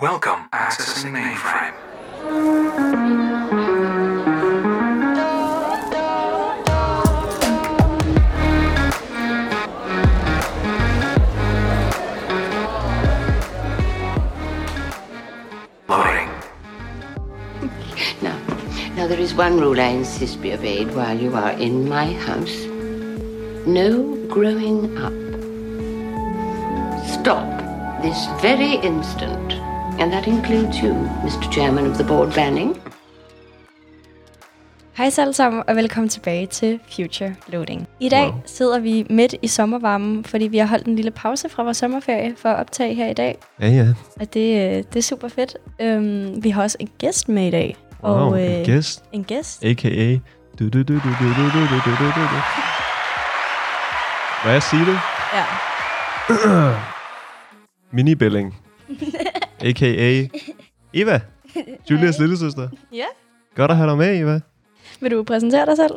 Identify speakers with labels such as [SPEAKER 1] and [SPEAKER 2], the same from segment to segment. [SPEAKER 1] Welcome. Accessing mainframe. Loading.
[SPEAKER 2] Now, now there is one rule I insist be obeyed while you are in my house. No growing up. Stop this very instant. And that includes you, Mr. Chairman of the Board Banning.
[SPEAKER 3] Hej alle sammen, og velkommen tilbage til Future Loading. I dag wow. sidder vi midt i sommervarmen, fordi vi har holdt en lille pause fra vores sommerferie for at optage her i dag.
[SPEAKER 4] Ja, ja.
[SPEAKER 3] Og det, øh, det er super fedt. Øhm, vi har også en gæst med i dag.
[SPEAKER 4] Wow, og, øh, en gæst,
[SPEAKER 3] En gæst.
[SPEAKER 4] a.k.a. Du, du, du, du, du, du, du, du, du, du, du, du. Må jeg sige det?
[SPEAKER 3] Ja.
[SPEAKER 4] Mini-Belling. a.k.a. Eva. Julias lillesøster.
[SPEAKER 3] Ja.
[SPEAKER 4] Godt at have dig med, Eva.
[SPEAKER 3] Vil du præsentere dig selv?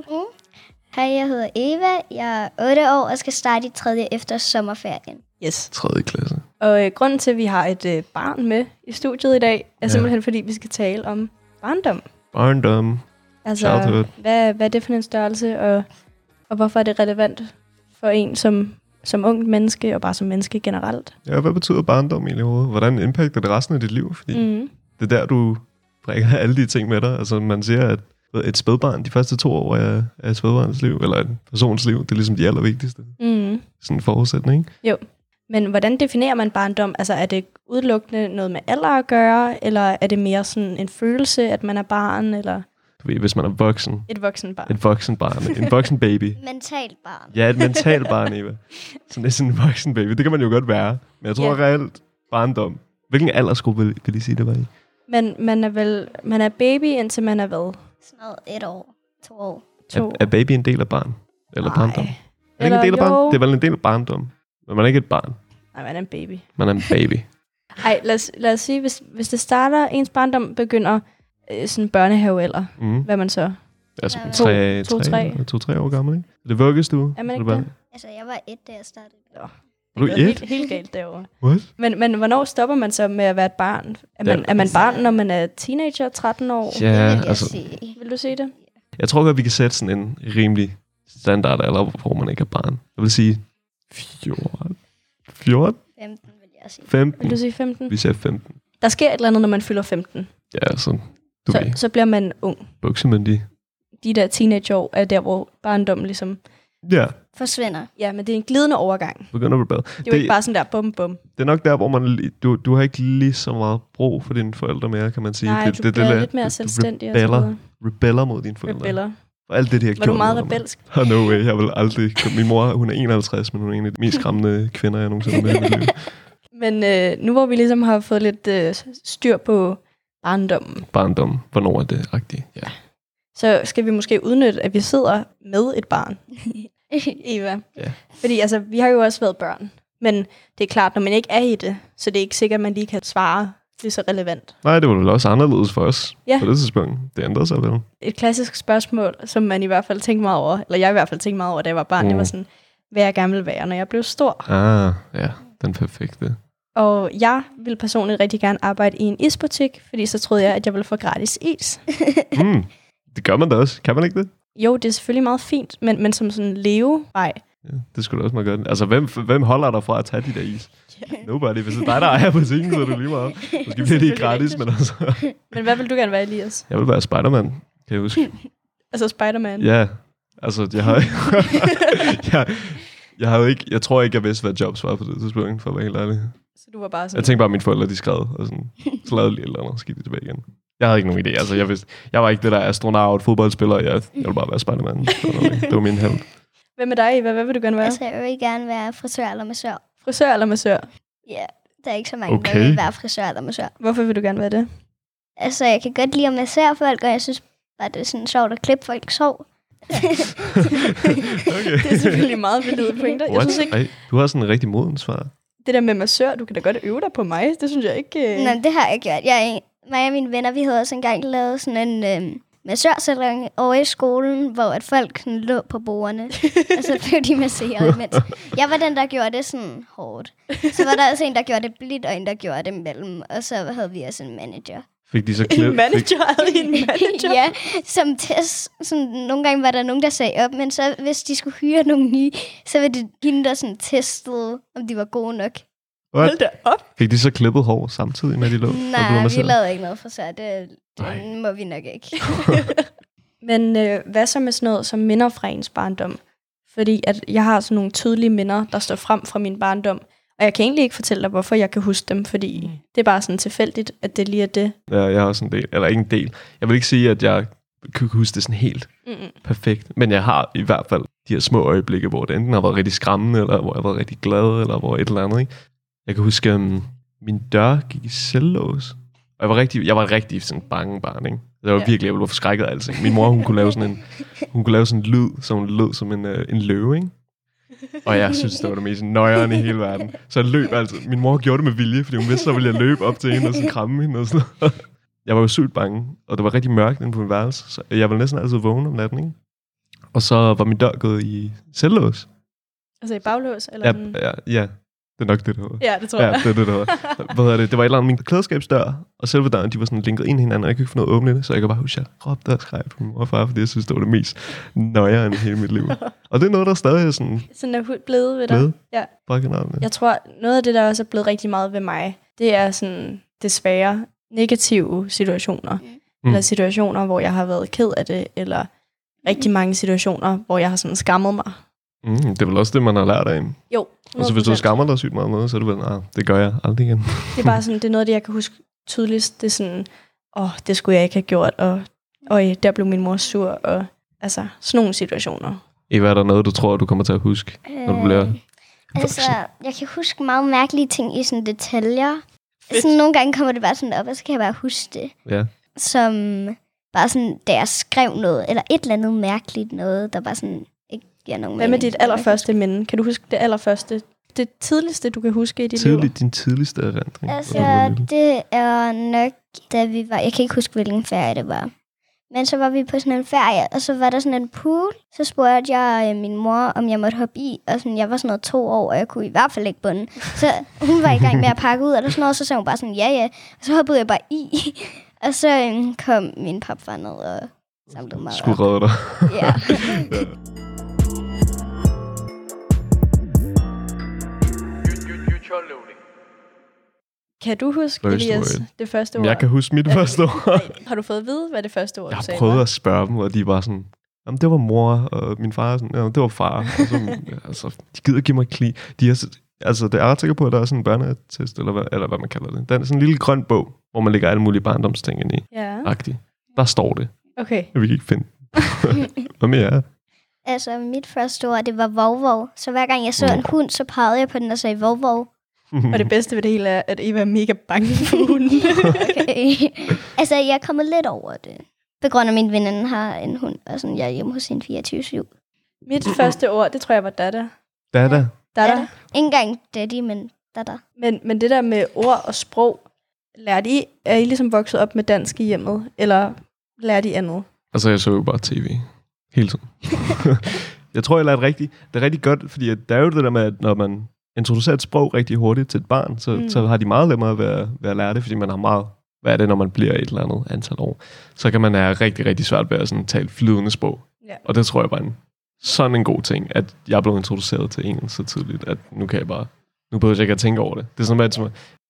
[SPEAKER 5] Hej, jeg hedder Eva. Jeg er 8 år og skal starte i 3. efter sommerferien.
[SPEAKER 3] Yes.
[SPEAKER 4] 3. klasse.
[SPEAKER 3] Og øh, grunden til, at vi har et øh, barn med i studiet i dag, er ja.
[SPEAKER 4] Ja.
[SPEAKER 3] simpelthen, fordi vi skal tale om barndom.
[SPEAKER 4] Barndom.
[SPEAKER 3] Altså,
[SPEAKER 4] Childhood.
[SPEAKER 3] hvad, hvad er det for en størrelse, og, og hvorfor er det relevant for en som, som ungt menneske, og bare som menneske generelt?
[SPEAKER 4] Ja, hvad betyder barndom egentlig overhovedet? Hvordan impacter det resten af dit liv? Fordi mm.
[SPEAKER 3] Mm.
[SPEAKER 4] det er der, du bringer alle de ting med dig. Altså, man siger, at ved, et spædbarn, de første to år af, af et spædbarns liv, eller en persons liv, det er ligesom de allervigtigste.
[SPEAKER 3] Mm.
[SPEAKER 4] Sådan en forudsætning, ikke?
[SPEAKER 3] Men hvordan definerer man barndom? Altså, er det udelukkende noget med alder at gøre, eller er det mere sådan en følelse, at man er barn, eller
[SPEAKER 4] Du ved, hvis man er voksen.
[SPEAKER 3] et voksen barn?
[SPEAKER 4] Et voksen barn. En voksen baby.
[SPEAKER 5] Mentalt barn.
[SPEAKER 4] Ja, et mentalt barn, Eva. Sådan det er sådan en voksen baby. Det kan man jo godt være. Men jeg tror
[SPEAKER 3] Ja.
[SPEAKER 4] yeah. reelt, barndom. Hvilken aldersgruppe vil, vil I sige, det var i?
[SPEAKER 3] Men man er vel man er baby, indtil man er hvad?
[SPEAKER 5] Sådan noget et år, to år.
[SPEAKER 3] To?
[SPEAKER 4] Er, er baby en del af barn? Eller
[SPEAKER 3] Nej.
[SPEAKER 4] barndom? Er det ikke
[SPEAKER 3] Eller
[SPEAKER 4] en del af
[SPEAKER 3] jo.
[SPEAKER 4] barn? Det er vel en del af barndom. Men man er ikke et barn.
[SPEAKER 3] Nej, man er en baby.
[SPEAKER 4] Man er en baby.
[SPEAKER 3] Ej, lad os, lad os sige, hvis, hvis det starter, ens barndom begynder øh, sådan børnehavealder,
[SPEAKER 4] Mm.
[SPEAKER 3] hvad man så?
[SPEAKER 4] Altså,
[SPEAKER 5] Ja,
[SPEAKER 4] ja, tre,
[SPEAKER 5] ja.
[SPEAKER 3] To-
[SPEAKER 4] to,
[SPEAKER 3] to-
[SPEAKER 4] tre,
[SPEAKER 3] tre.
[SPEAKER 4] to, tre år gammel, ikke? Er det vuggestue?
[SPEAKER 3] Er man
[SPEAKER 4] Eller
[SPEAKER 3] ikke
[SPEAKER 4] hvad?
[SPEAKER 3] det?
[SPEAKER 5] Altså, jeg var et, da jeg startede.
[SPEAKER 4] Er du
[SPEAKER 3] Det er
[SPEAKER 4] et?
[SPEAKER 3] Helt, helt galt derovre.
[SPEAKER 4] What?
[SPEAKER 3] Men, men hvornår stopper man så med at være et barn? Er man,
[SPEAKER 4] Ja. altså-
[SPEAKER 3] er man barn, når man er teenager, 13 år?
[SPEAKER 4] Ja,
[SPEAKER 5] det vil jeg
[SPEAKER 4] altså-
[SPEAKER 5] sige.
[SPEAKER 3] Vil du sige det?
[SPEAKER 4] Jeg tror godt, vi kan sætte sådan en rimelig standard, eller hvor man ikke er barn. Jeg vil sige 14. 14?
[SPEAKER 5] 15 vil jeg sige.
[SPEAKER 4] 15?
[SPEAKER 3] Vil du sige 15?
[SPEAKER 4] Vi siger 15.
[SPEAKER 3] Der sker et eller andet, når man fylder 15.
[SPEAKER 4] Ja, sådan. Du
[SPEAKER 3] Så,
[SPEAKER 4] ved,
[SPEAKER 3] så bliver man ung.
[SPEAKER 4] buksemyndig.
[SPEAKER 3] De der teenageår er der, hvor barndommen ligesom...
[SPEAKER 4] Ja,
[SPEAKER 5] Forsvinder.
[SPEAKER 3] Ja, men det er en glidende overgang. Det
[SPEAKER 4] begynder at rebel.
[SPEAKER 3] er jo det... ikke bare sådan der bum bum.
[SPEAKER 4] det er nok der, hvor man, li- du, du har ikke lige så meget brug for dine forældre mere, kan man sige.
[SPEAKER 3] Nej,
[SPEAKER 4] det,
[SPEAKER 3] du
[SPEAKER 4] det,
[SPEAKER 3] bliver
[SPEAKER 4] der-
[SPEAKER 3] lidt mere
[SPEAKER 4] du-
[SPEAKER 3] selvstændig
[SPEAKER 4] Du
[SPEAKER 3] og så
[SPEAKER 4] rebeller,
[SPEAKER 3] videre.
[SPEAKER 4] rebeller mod dine forældre.
[SPEAKER 3] Rebeller.
[SPEAKER 4] For alt det, de har
[SPEAKER 3] Var
[SPEAKER 4] gjort.
[SPEAKER 3] du meget
[SPEAKER 4] mod dig, mand.
[SPEAKER 3] rebelsk?
[SPEAKER 4] Oh, no way, jeg vil aldrig. Min mor, hun er 51, men hun er en af de mest skræmmende kvinder, jeg nogensinde har mødt i mit liv.
[SPEAKER 3] Men øh, nu hvor vi ligesom har fået lidt øh, styr på barndommen,
[SPEAKER 4] Barndom, hvornår er det rigtigt? Ja.
[SPEAKER 3] så skal vi måske udnytte, at vi sidder med et barn. Eva.
[SPEAKER 4] Ja.
[SPEAKER 3] Fordi altså, vi har jo også været børn. Men det er klart, når man ikke er i det, så det er ikke sikkert, at man lige kan svare lige så relevant.
[SPEAKER 4] Nej, det var vel også anderledes for os
[SPEAKER 3] Ja.
[SPEAKER 4] på det tidspunkt. Det ændrede sig vel.
[SPEAKER 3] Et klassisk spørgsmål, som man i hvert fald tænkte meget over, eller jeg i hvert fald tænkte meget over, da jeg var barn, mm. det
[SPEAKER 4] Mm.
[SPEAKER 3] var sådan, hvad jeg gerne ville være, når jeg blev stor.
[SPEAKER 4] Ah, ja, den perfekte.
[SPEAKER 3] Og jeg ville personligt rigtig gerne arbejde i en isbutik, fordi så troede jeg, at jeg ville få gratis is.
[SPEAKER 4] Mm, det gør man da også. Kan man ikke det?
[SPEAKER 3] Jo, det er selvfølgelig meget fint, men, men som sådan en levevej.
[SPEAKER 4] Ja, det skulle da også meget godt. Altså, hvem, hvem holder dig fra at tage de der is? Nobody. Hvis det er dig, der ejer butikken, så er det lige meget. Måske bliver det
[SPEAKER 3] selvfølgelig
[SPEAKER 4] ikke gratis,
[SPEAKER 3] rigtigt.
[SPEAKER 4] men altså...
[SPEAKER 3] Men hvad vil du gerne være, Elias?
[SPEAKER 4] Jeg vil være Spider-Man, kan jeg huske.
[SPEAKER 3] Altså Spider-Man?
[SPEAKER 4] Ja, altså, jeg har... jeg, jeg, havde ikke, jeg tror ikke, jeg vidste, hvad jobs var på det tidspunkt, for at være helt ærlig.
[SPEAKER 3] Så du var bare
[SPEAKER 4] Jeg
[SPEAKER 3] sådan...
[SPEAKER 4] tænkte bare, at mine forældre, de skred, og sådan, så lavede de lige et eller andet, og så gik de tilbage igen. Jeg havde ikke nogen idé, altså, jeg, vidste, jeg var ikke det der astronaut, fodboldspiller, jeg, jeg ville bare være Spider-Man. Det var min held.
[SPEAKER 3] Hvad med dig, Eva? Hvad vil du gerne være?
[SPEAKER 5] Altså, jeg vil gerne være frisør eller massør.
[SPEAKER 3] Frisør eller massør?
[SPEAKER 5] Ja, der er ikke så mange, okay.
[SPEAKER 4] Okay.
[SPEAKER 5] der vil være frisør eller massør.
[SPEAKER 3] Hvorfor vil du gerne være det?
[SPEAKER 5] Altså, jeg kan godt lide at massere folk, og jeg synes bare, det er sådan sjovt at klippe folk sov.
[SPEAKER 4] Okay.
[SPEAKER 3] Det er selvfølgelig meget valide pointer. Jeg
[SPEAKER 4] What?
[SPEAKER 3] synes ikke,
[SPEAKER 4] Ej, du har sådan en rigtig modens svar.
[SPEAKER 3] det der med massør, du kan da godt øve dig på mig. Det synes jeg ikke...
[SPEAKER 5] Øh. Nå, men det har jeg gjort. Jeg er en, mig og mine venner, vi havde også engang lavet sådan en øhm, massørsalon over i skolen, hvor at folk sådan lå på bordene, og så blev de masseret imens. Jeg var den, der gjorde det sådan hårdt. Så var der også en, der gjorde det blidt, og en, der gjorde det mellem. Og så havde vi også en manager.
[SPEAKER 4] Fik de så
[SPEAKER 3] En
[SPEAKER 4] klip? Fik,
[SPEAKER 3] manager havde I en manager.
[SPEAKER 5] ja, som test. Sådan, nogle gange var der nogen, der sagde op, men så hvis de skulle hyre nogen nye, så var det hende, der sådan testede, om de var gode nok.
[SPEAKER 3] Hold da op.
[SPEAKER 4] fik de så klippet hår samtidig med, at de lå? og blev
[SPEAKER 5] Nej, vi
[SPEAKER 4] masseret?
[SPEAKER 5] lavede ikke noget for sig. Det,
[SPEAKER 4] Nej.
[SPEAKER 5] det må vi nok ikke.
[SPEAKER 3] Men øh, hvad så med sådan noget, som minder fra ens barndom? Fordi at jeg har sådan nogle tydelige minder, der står frem fra min barndom. Og jeg kan egentlig ikke fortælle dig, hvorfor jeg kan huske dem, fordi det er bare sådan tilfældigt, at det lige er det.
[SPEAKER 4] Ja, jeg har også en del. Eller ikke en del. Jeg vil ikke sige, at jeg kan huske det sådan helt
[SPEAKER 3] Mm-mm.
[SPEAKER 4] perfekt. Men jeg har i hvert fald de her små øjeblikke, hvor det enten har været rigtig skræmmende, eller hvor jeg var rigtig glad, eller hvor et eller andet. Ikke? Jeg kan huske, um, min dør gik i selvlås. Og jeg var rigtig, jeg var et rigtig sådan bange barn, ikke? Jeg var
[SPEAKER 3] Ja.
[SPEAKER 4] ja. virkelig, jeg blev forskrækket af alting. Min mor, hun kunne lave sådan en, hun kunne lave sådan en lyd, som hun lød som en, øh, en løve, ikke? Og jeg synes, det var det mest nøjeren i hele verden. Så jeg løb altid. Min mor gjorde det med vilje, fordi hun vidste, så ville jeg løbe op til hende og sådan kramme hende og sådan noget. Jeg var jo sygt bange, og det var rigtig mørkt inde på min værelse, så jeg var næsten altid vågen om natten, ikke? Og så var min dør gået i selvlås.
[SPEAKER 3] Altså i baglås? Eller
[SPEAKER 4] Ja,
[SPEAKER 3] den-
[SPEAKER 4] ja, ja, det er nok det, der hedder.
[SPEAKER 3] ja det tror
[SPEAKER 4] Ja,
[SPEAKER 3] jeg.
[SPEAKER 4] det er det, der hedder. Hvad hedder det? Det var et eller andet, min klædeskabsdør, og selve døren, de var sådan linket ind i hinanden, og jeg kunne ikke få noget at åbne det, så jeg kan bare huske, at jeg råbte og skreg på min mor og far, fordi jeg synes, det var det mest nøjere i hele mit liv. Og det er noget, der stadig er sådan
[SPEAKER 3] Sådan er hud blevet ved dig.
[SPEAKER 4] med.
[SPEAKER 3] Ja.
[SPEAKER 4] Bare generelt, ja.
[SPEAKER 3] Jeg tror, noget af det, der også er blevet rigtig meget ved mig, det er sådan desværre negative situationer. Mm. Eller situationer, hvor jeg har været ked af det, eller rigtig mange situationer, hvor jeg har sådan skammet mig.
[SPEAKER 4] Mm, det er vel også det, man har lært af.
[SPEAKER 3] Jo,
[SPEAKER 4] Og så Altså, hvis du
[SPEAKER 3] 100%.
[SPEAKER 4] skammer dig sygt meget om noget, så er du vel, nej, det gør jeg aldrig igen.
[SPEAKER 3] Det er bare sådan, det er noget, af det jeg kan huske tydeligst. Det er sådan, åh, oh, det skulle jeg ikke have gjort, og og der blev min mor sur, og altså sådan nogle situationer.
[SPEAKER 4] Eva, er der noget, du tror, du kommer til at huske, når du bliver
[SPEAKER 5] Altså,
[SPEAKER 4] voksen?
[SPEAKER 5] jeg kan huske meget mærkelige ting i sådan detaljer. Sådan, nogle gange kommer det bare sådan op, og så kan jeg bare huske det.
[SPEAKER 4] Ja.
[SPEAKER 5] Som bare sådan, da jeg skrev noget, eller et eller andet mærkeligt noget, der bare sådan ikke giver nogen
[SPEAKER 3] Hvad med
[SPEAKER 5] mening.
[SPEAKER 3] dit allerførste minde? Kan du huske det allerførste? Det tidligste, du kan huske i dit liv?
[SPEAKER 4] Tidlig, din tidligste erindring.
[SPEAKER 5] Altså,
[SPEAKER 4] når du var lille?
[SPEAKER 5] det er nok, da vi var... Jeg kan ikke huske, hvilken ferie det var. Men så var vi på sådan en ferie, og så var der sådan en pool. Så spurgte jeg øh, min mor, om jeg måtte hoppe i. Og sådan, jeg var sådan noget to år, og jeg kunne i hvert fald ikke bunden. Så hun var i gang med at pakke ud, eller sådan noget, og så sagde hun bare sådan, ja, ja. Og så hoppede jeg bare i. Og så øh, kom min papfar ned og samlede mig
[SPEAKER 4] Skulle
[SPEAKER 5] op.
[SPEAKER 4] redde dig.
[SPEAKER 5] Ja.
[SPEAKER 1] Future loading.
[SPEAKER 3] Kan du huske,
[SPEAKER 4] First
[SPEAKER 3] Elias,
[SPEAKER 4] word.
[SPEAKER 3] det første ord?
[SPEAKER 4] Men jeg kan huske mit første år.
[SPEAKER 3] Har du fået at vide, hvad det første ord,
[SPEAKER 4] Jeg
[SPEAKER 3] du
[SPEAKER 4] har
[SPEAKER 3] sagde
[SPEAKER 4] prøvet
[SPEAKER 3] var?
[SPEAKER 4] at spørge dem, og de var sådan, Jamen, det var mor, og min far er sådan, ja, det var far. Og så, altså, de gider give mig kli. De er, så- altså, det er jeg ret sikker på, at der er sådan en børneattest, eller hvad, eller hvad man kalder det. Der er sådan en lille grøn bog, hvor man lægger alle mulige barndomsting ind i.
[SPEAKER 3] Ja,
[SPEAKER 4] Agtig. Der står det.
[SPEAKER 3] okay.
[SPEAKER 4] Vi kan ikke finde den. Hvad mere er
[SPEAKER 5] Altså, mit første ord, det var vovvov. Så hver gang jeg så en hund, så pegede jeg på den og sagde vovvov.
[SPEAKER 3] Og det bedste ved det hele er, at Eva er mega bange for hunden.
[SPEAKER 5] Okay. altså, jeg er kommet lidt over det. På grund af, at min veninde har en hund, og sådan, jeg er hjemme hos hende 24-7.
[SPEAKER 3] Mit første ord, det tror jeg var dada.
[SPEAKER 4] Dada.
[SPEAKER 3] Dada.
[SPEAKER 5] Datter. Ikke engang daddy, men datter.
[SPEAKER 3] Men, men det der med ord og sprog, lærte I, er I ligesom vokset op med dansk i hjemmet, eller lærte I andet?
[SPEAKER 4] Altså, jeg så jo bare tv. Hele tiden. jeg tror, jeg lærte rigtig, det er rigtig godt, fordi at der er jo det der med, at når man introducerer et sprog rigtig hurtigt til et barn, så,
[SPEAKER 3] Mm.
[SPEAKER 4] mm. så har de meget nemmere ved at, ved at lære det, fordi man har meget hvad er det, når man bliver et eller andet antal år, så kan man have rigtig, rigtig svært ved at sådan tale flydende sprog.
[SPEAKER 3] Ja.
[SPEAKER 4] Og det tror jeg bare er en, sådan en god ting, at jeg blev introduceret til engelsk så tidligt, at nu kan jeg bare, nu behøver jeg ikke at tænke over det. Det er sådan, at som-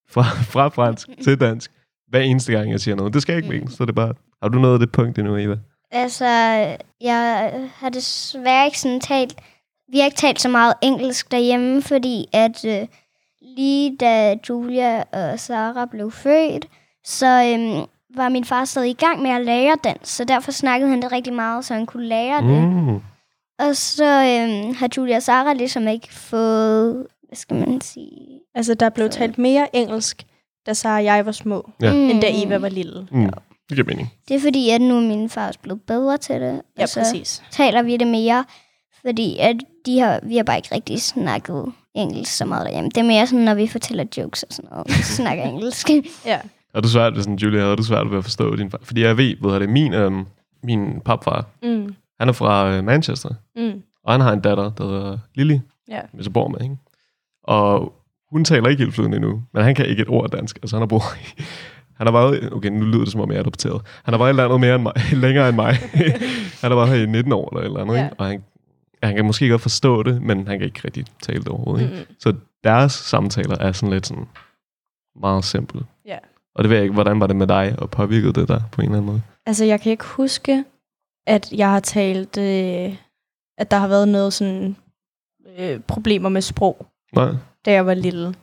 [SPEAKER 4] fra, fra fransk til dansk, hver eneste gang, jeg siger noget, det skal jeg ikke mene, så er det bare, har du nået det punkt endnu, Eva?
[SPEAKER 5] Altså, jeg har desværre ikke sådan talt... Vi har ikke talt så meget engelsk derhjemme, fordi at øh, lige da Julia og Sara blev født, så øhm, var min far stadig i gang med at lære dans, så derfor snakkede han det rigtig meget, så han kunne lære det.
[SPEAKER 4] Mm.
[SPEAKER 5] Og så øhm, har Julia og Sara ligesom ikke fået, hvad skal man sige?
[SPEAKER 3] Altså, der blev talt mere engelsk, da Sara og jeg var små,
[SPEAKER 4] Ja.
[SPEAKER 3] mm. end da Eva var lille.
[SPEAKER 4] Mm. Det giver mening.
[SPEAKER 5] Det er fordi, at nu er min far også blevet bedre til det.
[SPEAKER 3] Ja,
[SPEAKER 5] og så
[SPEAKER 3] præcis.
[SPEAKER 5] taler vi det mere, fordi at de har, vi har bare ikke rigtig snakket engelsk så meget derhjemme. Det er mere sådan, når vi fortæller jokes og sådan noget, så snakker engelsk.
[SPEAKER 3] Ja.
[SPEAKER 4] Og du svært, ved sådan, Julia, havde du svært ved at forstå din far? Fordi jeg ved, ved jeg det, min, øhm, min papfar,
[SPEAKER 3] Mm,
[SPEAKER 4] han er fra øh, Manchester,
[SPEAKER 3] mm.
[SPEAKER 4] og han har en datter, der hedder Lily,
[SPEAKER 3] Ja.
[SPEAKER 4] som jeg så bor med, ikke? Og hun taler ikke helt flydende endnu, men han kan ikke et ord dansk. Altså, han har boet i- Han har været... Okay, nu lyder det, som om jeg er adopteret. Han har været i landet mere end mig, længere end mig. han har været her i 19 år eller et eller andet,
[SPEAKER 3] Ja.
[SPEAKER 4] ikke? Og han, han kan måske godt forstå det, men han kan ikke rigtig tale det overhovedet, ikke?
[SPEAKER 3] Mm.
[SPEAKER 4] Så deres samtaler er sådan lidt sådan meget simpel.
[SPEAKER 3] Ja.
[SPEAKER 4] Og det ved jeg ikke, hvordan var det med dig, og påvirkede det dig på en eller anden måde?
[SPEAKER 3] Altså, jeg kan ikke huske, at jeg har talt, øh, at der har været noget sådan øh, problemer med sprog,
[SPEAKER 4] Nej.
[SPEAKER 3] da jeg var lille.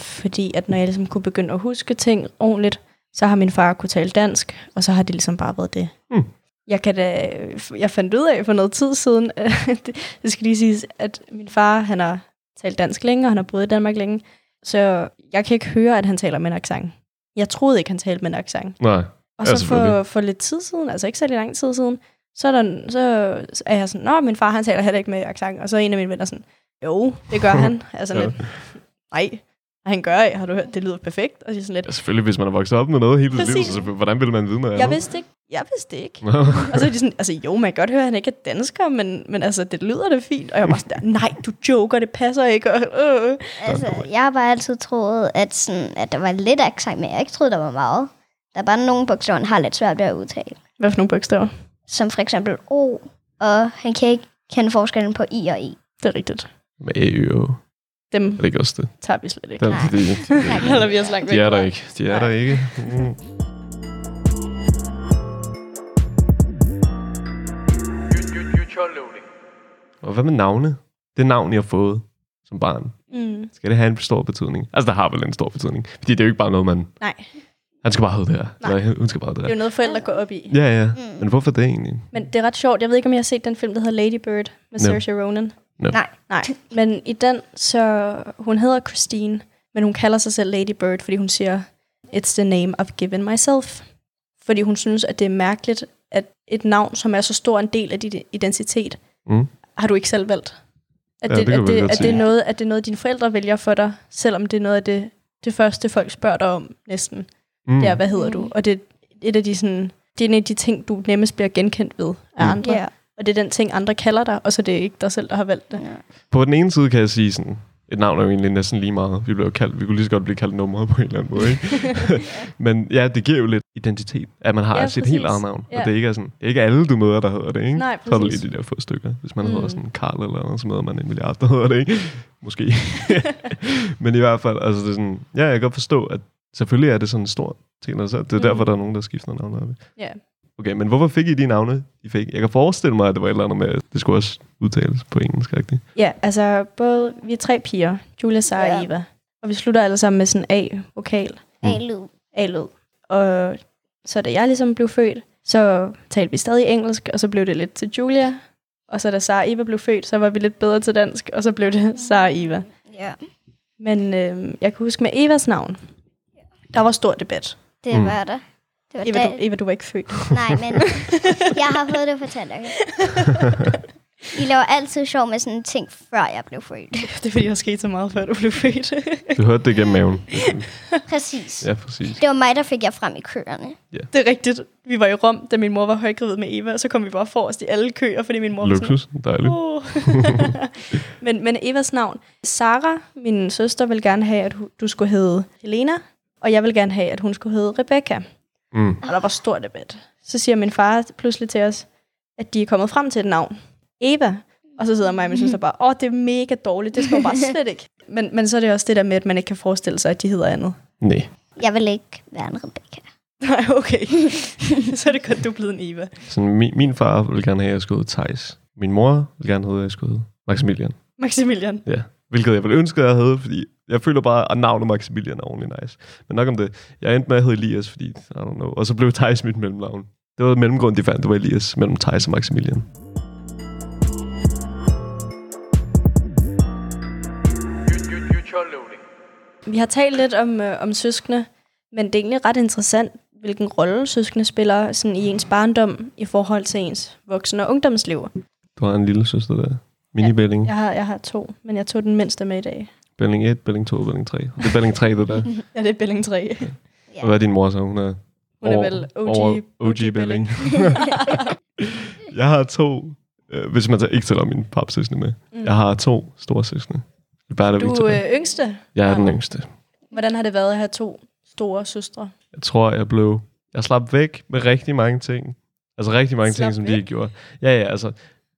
[SPEAKER 3] Fordi at når jeg ligesom kunne begynde at huske ting ordentligt, så har min far kunne tale dansk, og så har det ligesom bare været det.
[SPEAKER 4] Mm.
[SPEAKER 3] Jeg, kan da, jeg fandt ud af for noget tid siden, det, det skal lige siges, at min far, han har talt dansk længe, og han har boet i Danmark længe, så jeg kan ikke høre, at han taler med en accent. Jeg troede ikke, han talte med en accent.
[SPEAKER 4] Nej.
[SPEAKER 3] Og
[SPEAKER 4] Ja,
[SPEAKER 3] så for,
[SPEAKER 4] selvfølgelig.
[SPEAKER 3] for lidt tid siden, altså ikke særlig lang tid siden, så er, der, så er jeg sådan, nå, min far han taler heller ikke med accent. Og så er en af mine venner sådan, jo, det gør han. Altså sådan
[SPEAKER 4] Ja.
[SPEAKER 3] lidt, nej, han gør ikke, har du hørt, det lyder perfekt. Og så er jeg sådan lidt,
[SPEAKER 4] Ja, selvfølgelig, hvis man er vokset op med noget hele sit liv,
[SPEAKER 3] Præcis.
[SPEAKER 4] så selvfølgelig- hvordan ville man vide noget
[SPEAKER 3] jeg
[SPEAKER 4] andet?
[SPEAKER 3] vidste ikke, jeg vidste det ikke. Og så er de sådan, altså jo, man kan godt høre, at han ikke er dansker, men, men altså, det lyder da fint. Og jeg var sådan, der, nej, du joker, det passer ikke. Og, øh.
[SPEAKER 5] Altså, jeg har bare altid troet, at, sådan, at der var lidt accent, men jeg har ikke troet, der var meget. Der er bare nogle bogstaver, han har lidt svært ved at udtale.
[SPEAKER 3] Hvad for nogle bogstaver?
[SPEAKER 5] Som for eksempel O, og han kan ikke kende forskellen på I og E.
[SPEAKER 3] Det er rigtigt.
[SPEAKER 4] Med AØ,
[SPEAKER 3] Dem
[SPEAKER 4] er det ikke også det?
[SPEAKER 3] tager vi slet ikke.
[SPEAKER 4] Der,
[SPEAKER 5] Nej.
[SPEAKER 4] de,
[SPEAKER 3] Eller vi er så langt væk.
[SPEAKER 4] de er der ikke. De er der ikke. Mm. Og hvad med navne? Det navn, jeg har fået som barn,
[SPEAKER 3] Mm,
[SPEAKER 4] skal det have en stor betydning? Altså, der har vel en stor betydning. Fordi det er jo ikke bare noget, man...
[SPEAKER 3] nej,
[SPEAKER 4] Han skal bare hedde det her.
[SPEAKER 3] Nej.
[SPEAKER 4] Eller hun skal bare hedde
[SPEAKER 3] det er
[SPEAKER 4] det
[SPEAKER 3] jo
[SPEAKER 4] her.
[SPEAKER 3] noget, forældre går op i.
[SPEAKER 4] Ja, ja.
[SPEAKER 5] Mm.
[SPEAKER 4] Men hvorfor det egentlig?
[SPEAKER 3] Mm. Men det er ret sjovt. Jeg ved ikke, om jeg har set den film, der hedder Lady Bird med
[SPEAKER 4] No.
[SPEAKER 3] Saoirse Ronan.
[SPEAKER 4] No.
[SPEAKER 5] Nej.
[SPEAKER 3] Nej. Men i den, så... Hun hedder Christine, men hun kalder sig selv Lady Bird, fordi hun siger, It's the name I've given myself. Fordi hun synes, at det er mærkeligt, at et navn, som er så stor en del af din identitet,
[SPEAKER 4] Mm.
[SPEAKER 3] har du ikke selv valgt. At
[SPEAKER 4] Ja,
[SPEAKER 3] det,
[SPEAKER 4] det kan
[SPEAKER 3] at
[SPEAKER 4] man
[SPEAKER 3] det,
[SPEAKER 4] godt
[SPEAKER 3] at det er
[SPEAKER 4] sige.
[SPEAKER 3] noget, at det er noget, dine forældre vælger for dig, selvom det er noget af det, det første, folk spørger dig om næsten
[SPEAKER 4] Mm.
[SPEAKER 3] det er, hvad hedder du? Og det er et af de, sådan, det er en af de ting, du nemmest bliver genkendt ved af
[SPEAKER 4] Mm.
[SPEAKER 3] andre.
[SPEAKER 5] Ja.
[SPEAKER 3] Og det er den ting, andre kalder dig, og så det er ikke dig selv, der har valgt det.
[SPEAKER 4] På den ene side kan jeg sige sådan, et navn er jo egentlig næsten lige meget. Vi, blev jo kaldt, vi kunne lige så godt blive kaldt numre på en eller anden måde. Ikke? Men ja, det giver jo lidt identitet, at man har
[SPEAKER 3] Ja,
[SPEAKER 4] ja, sit
[SPEAKER 3] præcis.
[SPEAKER 4] helt eget navn. Ja.
[SPEAKER 3] Ja.
[SPEAKER 4] Og det ikke er, sådan, det er ikke alle, du møder, der hedder det. Ikke?
[SPEAKER 3] Nej,
[SPEAKER 4] Så er der
[SPEAKER 3] præcis.
[SPEAKER 4] lige de der få stykker. Hvis man mm.
[SPEAKER 3] Mm.
[SPEAKER 4] hedder sådan Karl eller noget, så møder man en milliard, der hedder det. Ikke? Måske. Men i hvert fald, altså det er sådan, ja, jeg kan godt forstå, at selvfølgelig er det sådan en stor ting. Altså, det
[SPEAKER 3] Mm.
[SPEAKER 4] er mm. derfor, der er nogen, der skifter navn. op.
[SPEAKER 3] Ja.
[SPEAKER 4] Okay, men hvorfor fik I de navne, I fik? Jeg kan forestille mig, at det var et eller andet med, at det skulle også udtales på engelsk, rigtigt?
[SPEAKER 3] Ja, altså både, vi er tre piger, Julia, Sara og
[SPEAKER 5] Ja.
[SPEAKER 3] Eva. Og vi slutter alle sammen med sådan A-vokal,
[SPEAKER 4] Mm.
[SPEAKER 5] A-lyd.
[SPEAKER 3] A-lyd. Og så da jeg ligesom blev født, så talte vi stadig engelsk, og så blev det lidt til Julia. Og så da Sara og Eva blev født, så var vi lidt bedre til dansk, og så blev det Sara og Eva.
[SPEAKER 5] Ja.
[SPEAKER 3] Men øh, jeg kan huske med Evas navn, der var stor debat.
[SPEAKER 5] Det
[SPEAKER 4] Mm.
[SPEAKER 5] var der. Det var
[SPEAKER 3] Eva,
[SPEAKER 5] Eva,
[SPEAKER 3] du, Eva, du var ikke født.
[SPEAKER 5] Nej, men jeg har fået det fortalt. Okay? I laver altid sjov med sådan ting, før jeg blev født.
[SPEAKER 3] Det er fordi, der skete så meget, før du blev født.
[SPEAKER 4] Du hørte det gennem maven.
[SPEAKER 5] Præcis.
[SPEAKER 4] Ja, præcis.
[SPEAKER 5] Det var mig, der fik jer frem i køerne.
[SPEAKER 3] det er rigtigt. Vi var i Rom, da min mor var højgravid med Eva, og så kom vi bare forrest i alle køer, fordi min mor var
[SPEAKER 4] Luksus. Dejligt.
[SPEAKER 3] sådan... Oh. men, men Evas navn. Sara, min søster, ville gerne have, at hu- du skulle hedde Helena, og jeg ville gerne have, at hun skulle hedde Rebecca.
[SPEAKER 4] Mm.
[SPEAKER 3] Og der var stor debat. Så siger min far pludselig til os, at de er kommet frem til et navn. Eva. Og så sidder mig og min søster bare, åh, det er mega dårligt, det skal hun bare slet ikke. Men, men så er det også det der med, at man ikke kan forestille sig, at de hedder andet.
[SPEAKER 4] Nej.
[SPEAKER 5] Jeg vil ikke være en Rebecca.
[SPEAKER 3] Nej, okay. så er det godt, du er blevet en Eva.
[SPEAKER 4] Sådan, min, min far ville gerne have, at jeg skulle hedde Thijs. Min mor ville gerne have, at jeg skulle hedde Maximilian.
[SPEAKER 3] Maximilian.
[SPEAKER 4] Ja. Hvilket jeg ville ønske, at jeg havde, fordi jeg føler bare, at navnet Maximilian er ordentligt nice. Men nok om det. Jeg endte med at hedde Elias, fordi, I don't know. Og så blev Thijs mit mellemnavn. Det var mellemgrund, de fandt. Det var Elias mellem Thijs og Maximilian.
[SPEAKER 3] Vi har talt lidt om, øh, om søskende, men det er egentlig ret interessant, hvilken rolle søskende spiller sådan i ens barndom i forhold til ens voksne- og ungdomsliv.
[SPEAKER 4] Du har en lille søster der. Mini Belling.
[SPEAKER 3] Jeg har, jeg har to, men jeg tog den mindste med i dag.
[SPEAKER 4] Belling 1, Belling 2 og Belling 3. Det er Belling 3, det der.
[SPEAKER 3] Ja, det er Belling 3.
[SPEAKER 4] Og hvad er din mor så? Hun er
[SPEAKER 3] Hun er vel OG,
[SPEAKER 4] over OG Belling. jeg har to, øh, hvis man så ikke tæller min papsøsne med.
[SPEAKER 3] Mm.
[SPEAKER 4] Mm. Jeg har to store søsne. Bertha og
[SPEAKER 3] Du
[SPEAKER 4] Victoria.
[SPEAKER 3] er øh, yngste.
[SPEAKER 4] Jeg er den
[SPEAKER 3] Ja.
[SPEAKER 4] yngste.
[SPEAKER 3] Hvordan har det været at have to store søstre?
[SPEAKER 4] Jeg tror, jeg blev... Jeg slap væk med rigtig mange ting. Altså rigtig mange
[SPEAKER 3] Slap
[SPEAKER 4] ting, som de
[SPEAKER 3] væk?
[SPEAKER 4] ikke gjorde. Ja, ja, altså...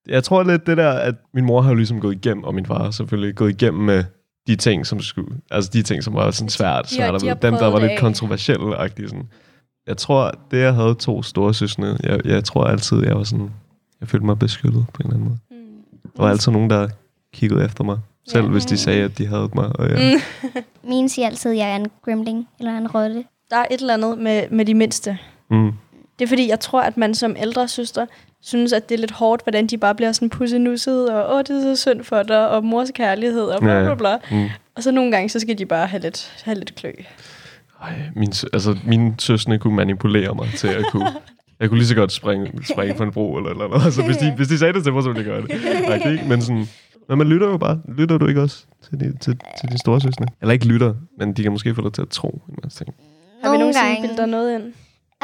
[SPEAKER 4] Jeg tror lidt det der, at min mor har jo ligesom gået igennem, og min far har selvfølgelig gået igennem med de ting, som skulle, altså de ting, som var sådan svært,
[SPEAKER 3] De har-
[SPEAKER 4] svært
[SPEAKER 3] de
[SPEAKER 4] at
[SPEAKER 3] har
[SPEAKER 4] vide. Dem, der
[SPEAKER 3] prøvet
[SPEAKER 4] var
[SPEAKER 3] det
[SPEAKER 4] lidt
[SPEAKER 3] af.
[SPEAKER 4] kontroversielle agtige, sådan. Jeg tror, det jeg havde to store søsne, jeg, jeg tror altid, jeg var sådan, jeg følte mig beskyttet på en eller anden måde.
[SPEAKER 3] Mm.
[SPEAKER 4] Der var altid nogen, der kiggede efter mig, selv
[SPEAKER 3] Ja.
[SPEAKER 4] ja. hvis de sagde, at de havde mig. Og jeg,
[SPEAKER 3] Mm.
[SPEAKER 5] Mine siger altid, at jeg er en gremling eller en rotte.
[SPEAKER 3] Der er et eller andet med, med de mindste.
[SPEAKER 4] mm,
[SPEAKER 3] Det er fordi, jeg tror, at man som ældre søster synes, at det er lidt hårdt, hvordan de bare bliver sådan pussenusset, og åh, det er så synd for dig, og mors kærlighed, og bla bla
[SPEAKER 4] Ja.
[SPEAKER 3] bla.
[SPEAKER 4] mm.
[SPEAKER 3] Og så nogle gange, så skal de bare have lidt, have lidt klø.
[SPEAKER 4] Ej, min, sø- altså, mine søsne kunne manipulere mig til at kunne... Jeg kunne lige så godt springe, springe på en bro eller eller noget. Altså, hvis, de, hvis de sagde det til mig, så ville jeg gøre det. Ej, det ikke, men sådan, men man lytter jo bare. Lytter du ikke også til, de, til, til dine store søsne? Eller ikke lytter, men de kan måske få dig til at tro en masse ting.
[SPEAKER 3] Har vi nogensinde bildt dig noget ind?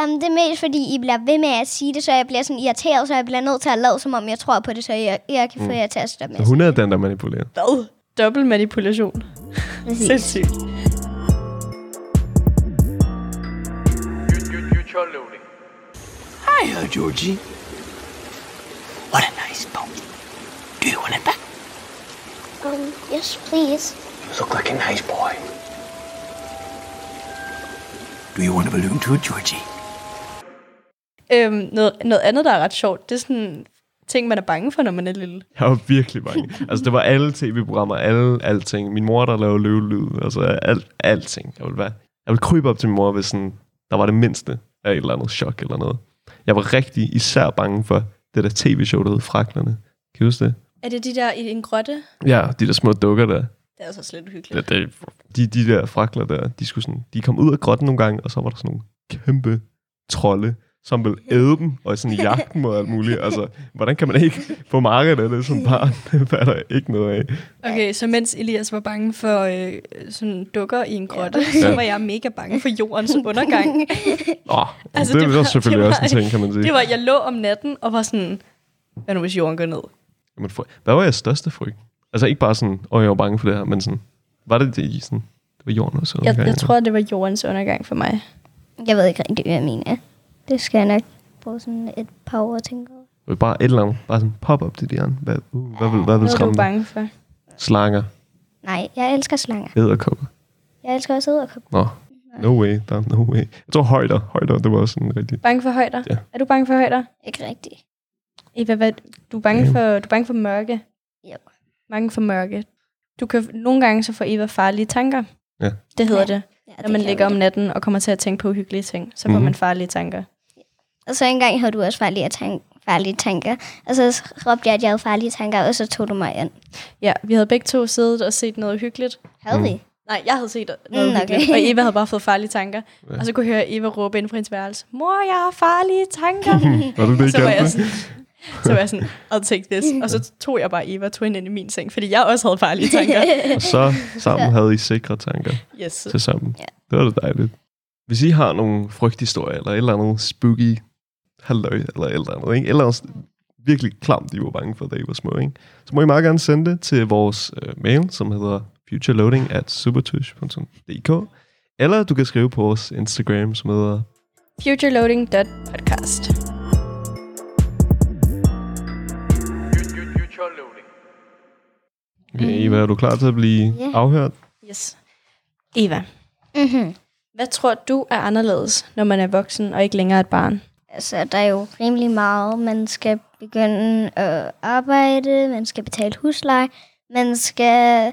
[SPEAKER 5] Um, det er mest, fordi I bliver ved med at sige det, så jeg bliver sådan irriteret, så jeg bliver nødt til at lade, som om jeg tror på det, så jeg, jeg kan få
[SPEAKER 4] Mm.
[SPEAKER 5] jer til at stoppe med.
[SPEAKER 4] Så hun er den, der manipulerer.
[SPEAKER 3] Hvad? Dobbelt manipulation. Sindssygt.
[SPEAKER 6] Hiya, Georgie. What a nice boat. Do you want it back?
[SPEAKER 5] Um, yes, please.
[SPEAKER 6] You look like a nice boy. Do you want a balloon too, Georgie?
[SPEAKER 3] Øhm, noget, noget andet, der er ret sjovt, det er sådan ting, man er bange for, når man er lille.
[SPEAKER 4] Jeg var virkelig bange. Altså, det var alle tv-programmer, alle alting. Min mor, der lavede løvelyd. Altså, alt, alting. Jeg ville, være, jeg ville krybe op til min mor, hvis sådan, der var det mindste af et eller andet chok eller noget. Jeg var rigtig især bange for det der tv-show, der hed Fraklerne. Kan I huske det?
[SPEAKER 3] Er det de der i en grotte?
[SPEAKER 4] Ja, de der små dukker der.
[SPEAKER 3] Det er altså så slet uhyggeligt.
[SPEAKER 4] Ja, det, de, de der frakler der, de, skulle sådan, de kom ud af grotten nogle gange, og så var der sådan nogle kæmpe trolde, som ville æde dem, og sådan jagte dem og alt muligt. Altså, hvordan kan man ikke få markedet af det som barn? Det er der ikke noget af.
[SPEAKER 3] Okay, så mens Elias var bange for øh, sådan dukker i en grotte, ja. så var jeg mega bange for jordens undergang.
[SPEAKER 4] Oh,
[SPEAKER 3] Altså,
[SPEAKER 4] altså, det,
[SPEAKER 3] det
[SPEAKER 4] det,
[SPEAKER 3] var-
[SPEAKER 4] var selvfølgelig
[SPEAKER 3] det var-
[SPEAKER 4] også en ting, kan man sige.
[SPEAKER 3] Det var, jeg lå om natten og var sådan, hvad nu hvis jorden går ned?
[SPEAKER 4] Jamen, fry- Hvad var jeres største frygt? Altså ikke bare sådan, åh, jeg var bange for det her, men sådan, var det det, I sådan, det var jorden også?
[SPEAKER 3] Jeg, jeg tror, det var jordens undergang for mig.
[SPEAKER 5] Jeg ved ikke rigtig, hvad jeg mener. Det skal jeg nok bruge sådan et par år at tænke over.
[SPEAKER 4] Det var bare et eller andet, bare sådan, pop op til de andre. Hvad, uh, hvad vil, hvad vil
[SPEAKER 3] Noget, du
[SPEAKER 4] skræmme
[SPEAKER 3] var
[SPEAKER 4] dig?
[SPEAKER 3] bange for.
[SPEAKER 4] Slanger,
[SPEAKER 5] Nej, jeg elsker slanger.
[SPEAKER 4] æderkopper.
[SPEAKER 5] Jeg elsker også æderkopper.
[SPEAKER 4] Nå, no way, der er no way. Jeg tror højder, højder, det var også sådan rigtig...
[SPEAKER 3] Bange for højder?
[SPEAKER 4] Ja.
[SPEAKER 3] Er du bange for højder?
[SPEAKER 5] Ikke rigtigt.
[SPEAKER 3] Eva, hvad, du, er bange
[SPEAKER 4] Ja.
[SPEAKER 3] for, du er bange for mørke?
[SPEAKER 5] Jo.
[SPEAKER 3] Bange for mørke. Du kan, nogle gange så får Eva farlige tanker.
[SPEAKER 4] Ja.
[SPEAKER 3] Det hedder
[SPEAKER 5] Ja.
[SPEAKER 3] det,
[SPEAKER 5] Ja,
[SPEAKER 3] når man ligger om natten og kommer til at tænke på uhyggelige ting. Så får
[SPEAKER 4] Mhm.
[SPEAKER 3] man farlige tanker.
[SPEAKER 5] Og så engang havde du også farlige, tank- farlige tanker. Og så råbte jeg, at jeg havde farlige tanker, og så tog du mig ind.
[SPEAKER 3] Ja, vi havde begge to siddet og set noget uhyggeligt.
[SPEAKER 5] Havde vi?
[SPEAKER 3] Nej, jeg havde set noget
[SPEAKER 5] Mm, okay.
[SPEAKER 3] mm, okay. og Eva havde bare fået farlige tanker. Ja. Og så kunne jeg høre Eva råbe ind fra hendes værelse, mor, jeg har farlige tanker.
[SPEAKER 4] Var du det
[SPEAKER 3] så,
[SPEAKER 4] ikke?
[SPEAKER 3] var jeg
[SPEAKER 4] Alfred?
[SPEAKER 3] sådan, så var jeg sådan, I'll take this. Og så tog jeg bare Eva og tog hende ind i min seng, fordi jeg også havde farlige tanker.
[SPEAKER 4] Og så sammen havde I sikre tanker.
[SPEAKER 3] Yes.
[SPEAKER 4] til sammen.
[SPEAKER 5] Ja.
[SPEAKER 4] Ja. Det var da dejligt. Hvis I har nogle frygthistorier, eller et eller andet spooky halløj, eller et eller andet, ikke? eller andet virkelig klamt, I var bange for, da I var små, ikke? så må I meget gerne sende det til vores øh, mail, som hedder futureloading at supertush.dk, eller du kan skrive på vores Instagram, som hedder
[SPEAKER 3] Futureloading.podcast.
[SPEAKER 5] Mm.
[SPEAKER 4] okay, Eva, er du klar til at blive
[SPEAKER 5] Ja.
[SPEAKER 4] afhørt?
[SPEAKER 3] Yes. Eva,
[SPEAKER 5] Mm-hmm.
[SPEAKER 3] hvad tror du er anderledes, når man er voksen og ikke længere et barn?
[SPEAKER 5] Altså, der er jo rimelig meget. Man skal begynde at arbejde, man skal betale husleje, man skal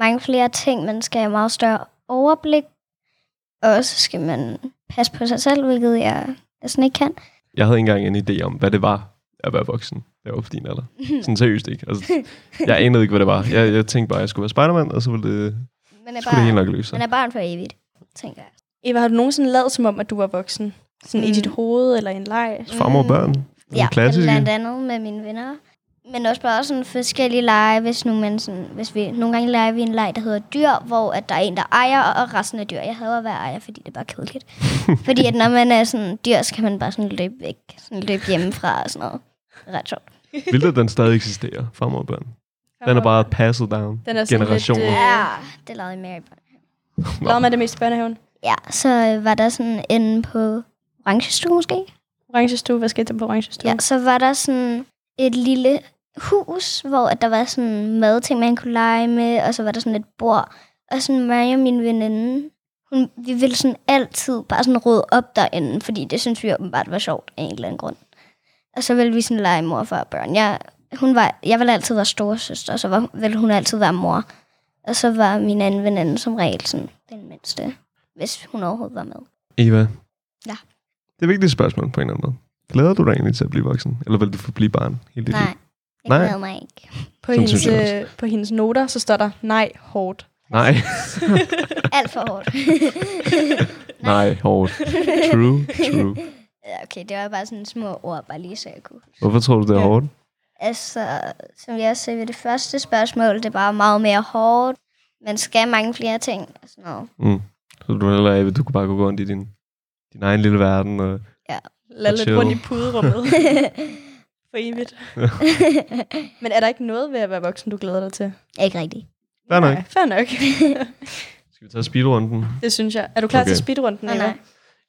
[SPEAKER 5] mange flere ting, man skal have meget større overblik, og så skal man passe på sig selv, hvilket jeg næsten ikke kan.
[SPEAKER 4] Jeg havde ikke engang en idé om, hvad det var at være voksen, da jeg var på din
[SPEAKER 5] Hmm.
[SPEAKER 4] alder. Sådan seriøst ikke. Altså, jeg anede ikke, hvad det var. Jeg, jeg tænkte bare, at jeg skulle være Spider-Man, og så ville det,
[SPEAKER 5] Man er
[SPEAKER 4] skulle det helt
[SPEAKER 5] barn,
[SPEAKER 4] nok løse sig.
[SPEAKER 5] man er barn for evigt, tænker jeg.
[SPEAKER 3] Eva, har du nogensinde lavet som om, at du var voksen? Sådan mm. i
[SPEAKER 5] Mm.
[SPEAKER 3] dit hoved eller i en leg?
[SPEAKER 4] Farmor og børn. Den
[SPEAKER 5] Ja,
[SPEAKER 4] klassiske.
[SPEAKER 5] blandt andet med mine venner. Men også bare sådan forskellige lege, hvis, nu man sådan, hvis vi nogle gange leger vi en leg, der hedder dyr, hvor at der er en, der ejer, og resten er dyr. Jeg hader at være ejer, fordi det er bare kedeligt. fordi at når man er sådan dyr, så kan man bare sådan løbe væk, sådan løbe hjemmefra og sådan noget. Det er Ret sjovt.
[SPEAKER 4] Vil der den stadig eksistere fremover børn? Den er bare passet down.
[SPEAKER 3] Den er sådan lidt,
[SPEAKER 4] generationer.
[SPEAKER 3] øh,
[SPEAKER 5] Ja, det lavede jeg mere i børn.
[SPEAKER 3] Lavede man det mest i børnehaven?
[SPEAKER 5] Ja, så øh, var der sådan inde på orange stue måske.
[SPEAKER 3] Orange stue, hvad skete der på orange stue?
[SPEAKER 5] Ja, så var der sådan et lille hus, hvor at der var sådan madting, man kunne lege med, og så var der sådan et bord. Og sådan mig og min veninde, hun, vi ville sådan altid bare sådan rydde op derinde, fordi det synes vi åbenbart var sjovt af en eller anden grund. Og så ville vi sådan lege mor for børn. Jeg, hun var, jeg ville altid være storesøster, og så var, ville hun altid være mor. Og så var min anden veninde som regel sådan den mindste, hvis hun overhovedet var med.
[SPEAKER 4] Eva?
[SPEAKER 5] Ja.
[SPEAKER 4] Det er et vigtigt spørgsmål på en eller anden måde. Glæder du dig egentlig til at blive voksen? Eller vil du forblive barn hele dit
[SPEAKER 5] Nej,
[SPEAKER 4] liv?
[SPEAKER 5] jeg
[SPEAKER 4] Nej.
[SPEAKER 5] glæder mig ikke.
[SPEAKER 3] På,
[SPEAKER 4] Sådan
[SPEAKER 3] hendes,
[SPEAKER 4] synes jeg også.
[SPEAKER 3] øh, på hendes noter, så står der, nej, hårdt.
[SPEAKER 4] Nej.
[SPEAKER 5] Alt for hårdt.
[SPEAKER 4] Nej, hårdt. True, true.
[SPEAKER 5] Ja, Okay, det var bare sådan små ord, bare lige så jeg kunne.
[SPEAKER 4] Hvorfor tror du, det er
[SPEAKER 3] Ja.
[SPEAKER 4] hårdt?
[SPEAKER 5] Altså, som jeg også sagde ved det første spørgsmål, det er bare meget mere hårdt. Man skal mange flere ting og sådan noget.
[SPEAKER 4] Mm. Så du heller af, at du kunne bare gå rundt i din, din egen lille verden. Og...
[SPEAKER 3] Lad lidt
[SPEAKER 4] Chill.
[SPEAKER 3] rundt i puderummet. For evigt. Men er der ikke noget ved at være voksen, du glæder dig til?
[SPEAKER 5] Ikke rigtigt.
[SPEAKER 4] Fair nok.
[SPEAKER 3] fair nok.
[SPEAKER 4] Skal vi tage speedrunden?
[SPEAKER 3] det synes jeg. Er du klar okay.
[SPEAKER 4] Okay.
[SPEAKER 3] til speedrunden,
[SPEAKER 5] Nej,
[SPEAKER 3] Eva?
[SPEAKER 5] nej.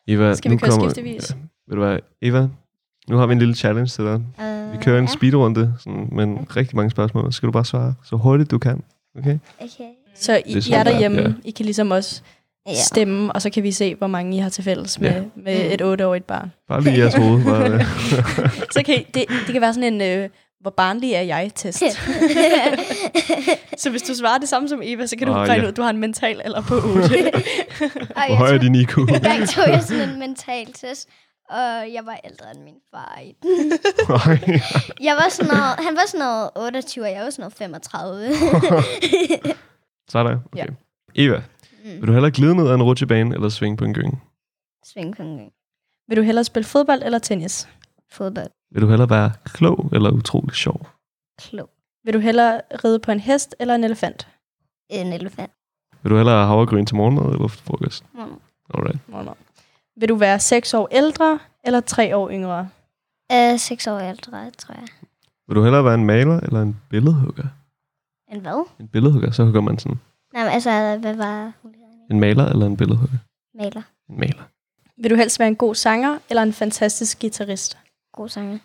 [SPEAKER 4] Eva,
[SPEAKER 3] Skal vi
[SPEAKER 4] nu
[SPEAKER 3] køre
[SPEAKER 4] kommer...
[SPEAKER 3] skiftevis?
[SPEAKER 4] Ja. Ved du hvad, Eva? Nu har vi en lille challenge til dig.
[SPEAKER 5] Uh,
[SPEAKER 4] Vi kører en speedrunde, sådan, men rigtig mange spørgsmål. Så skal du bare svare så hurtigt du kan. Okay?
[SPEAKER 5] Øh, Okay.
[SPEAKER 3] Så I,
[SPEAKER 4] Hvis
[SPEAKER 3] I er
[SPEAKER 4] man er-
[SPEAKER 3] derhjemme,
[SPEAKER 4] ja.
[SPEAKER 3] I kan ligesom også
[SPEAKER 5] Ja.
[SPEAKER 3] stemme, og så kan vi se, hvor mange I har til fælles med, ja. med
[SPEAKER 5] Mm.
[SPEAKER 3] et otteårigt barn.
[SPEAKER 4] Bare lige i jeres hoved. Bare, øh.
[SPEAKER 3] Så kan I, det, det kan være sådan en, øh, hvor barnlig er jeg-test. så hvis du svarer det samme som Eva, så kan du
[SPEAKER 4] Ah,
[SPEAKER 3] regne
[SPEAKER 4] ja.
[SPEAKER 3] ud, at du har en mental eller på 8.
[SPEAKER 5] Og
[SPEAKER 4] Hvor høj er din IQ?
[SPEAKER 5] en gang tog jeg sådan en mental test, og jeg var ældre end min far i den.
[SPEAKER 4] Nej.
[SPEAKER 5] Jeg var sådan noget, han var sådan noget 28, og jeg var sådan noget 35.
[SPEAKER 4] Sådan.
[SPEAKER 3] Ja.
[SPEAKER 4] Okay. Eva,
[SPEAKER 5] Mm.
[SPEAKER 4] vil du hellere glide ned ad en rutsjebane eller svinge på en gynge?
[SPEAKER 5] Sving på en gang.
[SPEAKER 3] Vil du hellere spille fodbold eller tennis?
[SPEAKER 5] Fodbold.
[SPEAKER 4] Vil du hellere være klog eller utrolig sjov?
[SPEAKER 5] Klog.
[SPEAKER 3] Vil du hellere ride på en hest eller en elefant?
[SPEAKER 5] En elefant. Mm.
[SPEAKER 4] Vil du hellere have havregryn til morgenmad eller til frokost?
[SPEAKER 5] Morgenmad.
[SPEAKER 4] Alright.
[SPEAKER 3] Nå, nå. Vil du være 6 år ældre eller 3 år yngre?
[SPEAKER 5] Uh, seks år ældre, tror jeg.
[SPEAKER 4] Vil du hellere være en maler eller en billedhugger?
[SPEAKER 5] En hvad?
[SPEAKER 4] En billedhugger, så hugger man sådan.
[SPEAKER 5] Nej, men altså, hvad var hun hedder?
[SPEAKER 4] En maler eller en billedhugger?
[SPEAKER 5] Maler.
[SPEAKER 4] En maler.
[SPEAKER 3] Vil du helst være en god sanger eller en fantastisk guitarist?
[SPEAKER 5] God sanger.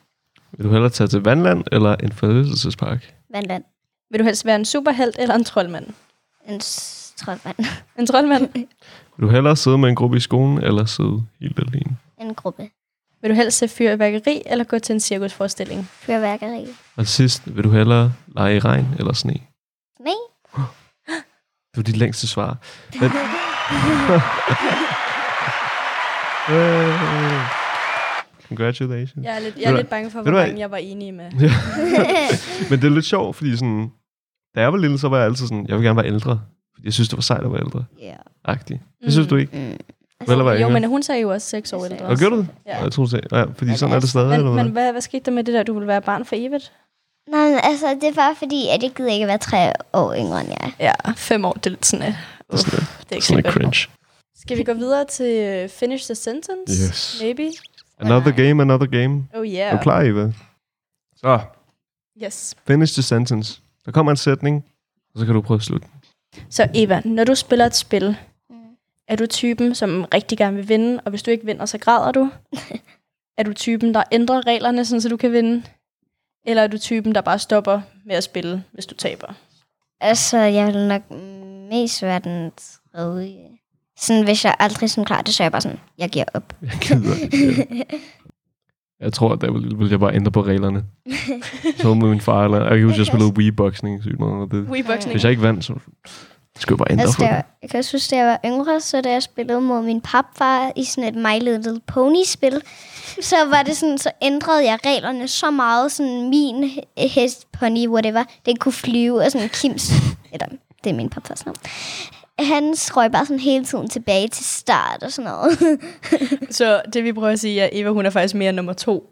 [SPEAKER 4] Vil du hellere tage til vandland eller en forlystelsespark?
[SPEAKER 5] Vandland.
[SPEAKER 3] Vil du helst være en superhelt eller en troldmand?
[SPEAKER 5] En s- troldmand.
[SPEAKER 3] En troldmand.
[SPEAKER 4] Vil du hellere sidde med en gruppe i skolen eller sidde helt alene?
[SPEAKER 5] En gruppe.
[SPEAKER 3] Vil du helst se fyrværkeri eller gå til en cirkusforestilling?
[SPEAKER 5] Fyrværkeri.
[SPEAKER 4] Og til sidst, vil du hellere lege i regn eller sne?
[SPEAKER 5] Nej.
[SPEAKER 4] Det var dit længste svar. Men... Øh. Congratulations.
[SPEAKER 3] Jeg er lidt, jeg
[SPEAKER 4] Ved
[SPEAKER 3] er
[SPEAKER 4] du
[SPEAKER 3] lidt bange for,
[SPEAKER 4] ved
[SPEAKER 3] hvor
[SPEAKER 4] du hvad?
[SPEAKER 3] mange jeg var enig med.
[SPEAKER 4] Men det er lidt sjovt, fordi sådan, da jeg var lille, så var jeg altid sådan, jeg vil gerne være ældre. Fordi jeg synes, det var sejt at være ældre.
[SPEAKER 5] Ja.
[SPEAKER 4] Agtig. Det synes
[SPEAKER 3] Mm.
[SPEAKER 4] du ikke?
[SPEAKER 5] Mm.
[SPEAKER 4] Vel at være
[SPEAKER 3] Jo,
[SPEAKER 4] yngre.
[SPEAKER 3] men hun sagde jo også 6 år ældre.
[SPEAKER 4] Og gjorde du det?
[SPEAKER 3] Ja.
[SPEAKER 4] Ja. Jeg tror, du sagde, ja, fordi sådan er det stadig, eller
[SPEAKER 3] Men, men
[SPEAKER 4] hvad?
[SPEAKER 3] hvad, hvad skete der med det der, du ville være barn for evigt?
[SPEAKER 5] Nej, men altså, det er bare fordi, at jeg gider ikke være tre år yngre end jeg.
[SPEAKER 3] Ja, 5 år, det er lidt sådan, uh,
[SPEAKER 4] Det er sådan lidt-
[SPEAKER 3] det er ikke
[SPEAKER 4] sådan lidt cringe.
[SPEAKER 3] Skal vi gå videre til øh, Finish the Sentence?
[SPEAKER 4] Yes.
[SPEAKER 3] Maybe? øh,
[SPEAKER 4] Another
[SPEAKER 5] øh,
[SPEAKER 4] game, another game.
[SPEAKER 3] Oh
[SPEAKER 4] Er
[SPEAKER 3] yeah.
[SPEAKER 4] du klar, Eva? Så,
[SPEAKER 3] Yes.
[SPEAKER 4] finish the sentence. Der kommer en sætning, og så kan du prøve at slutte. den.
[SPEAKER 3] Så Eva, når du spiller et spil,
[SPEAKER 5] Mm.
[SPEAKER 3] er du typen, som rigtig gerne vil vinde, og hvis du ikke vinder, så græder du? er du typen, der ændrer reglerne, sådan, så du kan vinde? Eller er du typen, der bare stopper med at spille, hvis du taber?
[SPEAKER 5] Altså, jeg vil nok mest være den tredje. Sådan, hvis jeg aldrig sådan klarer det, så er jeg bare sådan, jeg giver op.
[SPEAKER 4] Jeg gider ikke. ja. Jeg tror, at der ville, ville jeg bare ændre på reglerne. Så med min far, eller jeg kan huske, jeg spillede Wii-boxing sygt meget. og Det.
[SPEAKER 3] Wii-boxing.
[SPEAKER 4] Hvis jeg ikke vandt, så skulle jeg bare ændre
[SPEAKER 5] Altså,
[SPEAKER 4] på
[SPEAKER 5] da
[SPEAKER 4] det.
[SPEAKER 5] jeg, jeg kan også huske, da jeg var yngre, så da jeg spillede mod min papfar i sådan et My Little Pony-spil, så var det sådan, så ændrede jeg reglerne så meget, sådan min he- hest, pony, whatever, den kunne flyve, og sådan Kims, eller det er min papfars navn, han røg bare sådan hele tiden tilbage til start og sådan noget.
[SPEAKER 3] Så det vi prøver at sige er, at Eva hun er faktisk mere nummer to.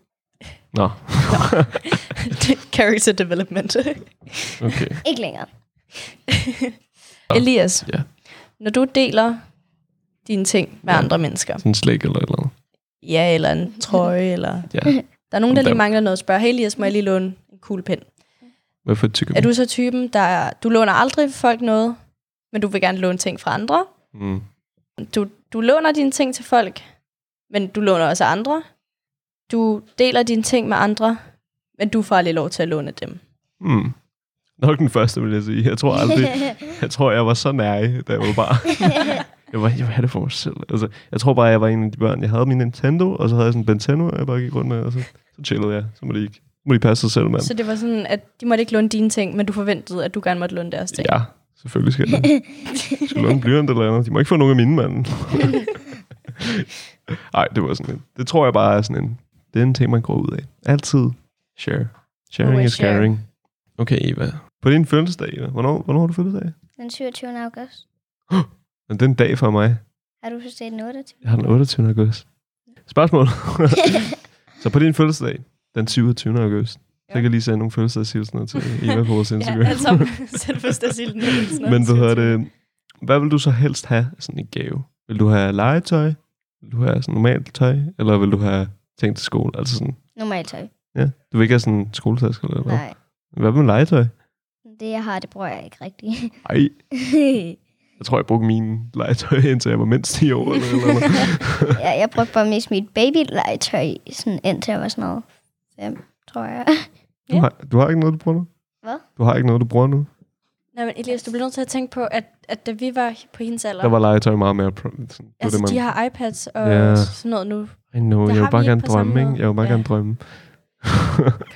[SPEAKER 4] Nå.
[SPEAKER 3] Character development.
[SPEAKER 4] Ah, Okay.
[SPEAKER 5] Ikke længere.
[SPEAKER 3] Elias,
[SPEAKER 4] Ja.
[SPEAKER 3] når du deler dine ting med
[SPEAKER 4] Ja.
[SPEAKER 3] andre mennesker,
[SPEAKER 4] Sådan slik eller et eller andet.
[SPEAKER 3] ja, eller en trøje, eller...
[SPEAKER 4] Ja.
[SPEAKER 3] Der er nogen, der
[SPEAKER 4] Hvad?
[SPEAKER 3] lige mangler noget. Spørg, hey Elias, må jeg lige låne en kuglepen?
[SPEAKER 4] Hvad for et tykke?
[SPEAKER 3] Er du så typen, der... er- Du låner aldrig folk noget, men du vil gerne låne ting fra andre?
[SPEAKER 4] Mm.
[SPEAKER 3] du, du låner dine ting til folk, men du låner også andre. Du deler dine ting med andre, men du får aldrig lov til at låne dem.
[SPEAKER 4] Mm. Nok den første, vil jeg sige. Jeg tror aldrig, jeg tror, jeg var så nærig, da jeg var bare. jeg var, jeg havde det for mig selv. Altså, jeg tror bare, jeg var en af de børn. Jeg havde min Nintendo, og så havde jeg sådan en Nintendo, og jeg bare gik rundt med, og så, så chillede jeg. Så må de ikke må de passe sig selv, mand.
[SPEAKER 3] Så det var sådan, at de måtte ikke låne dine ting, men du forventede, at du gerne måtte låne deres ting.
[SPEAKER 4] Ja, selvfølgelig skal jeg det. Jeg skal låne en blyant eller andet. De må ikke få nogen af mine, mand. Nej, det var sådan en. Det tror jeg bare er sådan en. Det er en ting, man går ud af. Altid. Share. Sharing
[SPEAKER 3] Always
[SPEAKER 4] is
[SPEAKER 3] share.
[SPEAKER 4] caring. Okay, Eva. På din fødselsdag, Eva. Hvornår, hvornår har du fødselsdag?
[SPEAKER 5] Den 27. august.
[SPEAKER 4] Men det er en dag for mig.
[SPEAKER 5] Har du forstået den 28?
[SPEAKER 4] Jeg har den 28. august. Spørgsmål. så på din fødselsdag, den 27. august, så
[SPEAKER 3] Ja.
[SPEAKER 4] kan jeg lige sende nogle fødselsdagshilsener til Eva på vores Instagram.
[SPEAKER 3] ja altså, selvforståelsen.
[SPEAKER 4] Men hvad hedder det? Hvad vil du så helst have sådan en gave? Vil du have legetøj? Vil du have sådan normalt tøj? Eller vil du have ting til skole? Altså sådan,
[SPEAKER 5] Normalt tøj.
[SPEAKER 4] ja, du vil ikke have sådan en skoletaske eller hvad?
[SPEAKER 5] Nej.
[SPEAKER 4] Hvad med legetøj?
[SPEAKER 5] Det, jeg har, det bruger jeg ikke rigtigt.
[SPEAKER 4] Ej, jeg tror, jeg brugte min legetøj, indtil jeg var mindst 10 år. Eller, eller, eller.
[SPEAKER 5] jeg, jeg brugte bare mest mit babylegetøj, sådan, indtil jeg var sådan noget fem, tror jeg.
[SPEAKER 4] Du, har, du har ikke noget, du bruger nu?
[SPEAKER 5] Hvad?
[SPEAKER 4] Du har ikke noget, du bruger nu?
[SPEAKER 3] Nej, men Elias, du bliver nødt til at tænke på, at, at da vi var på hendes alder,
[SPEAKER 4] Der var legetøj meget mere... Pro- sådan, det var
[SPEAKER 3] altså,
[SPEAKER 4] det, man,
[SPEAKER 3] de har iPads og
[SPEAKER 4] Ja.
[SPEAKER 3] yeah. sådan noget nu.
[SPEAKER 4] I know,
[SPEAKER 3] der
[SPEAKER 4] jeg
[SPEAKER 3] har
[SPEAKER 4] vil bare
[SPEAKER 3] vi
[SPEAKER 4] gerne
[SPEAKER 3] ikke på samme
[SPEAKER 4] drømme, ikke?
[SPEAKER 3] måde.
[SPEAKER 4] Jeg vil bare
[SPEAKER 3] Ja.
[SPEAKER 4] gerne drømme.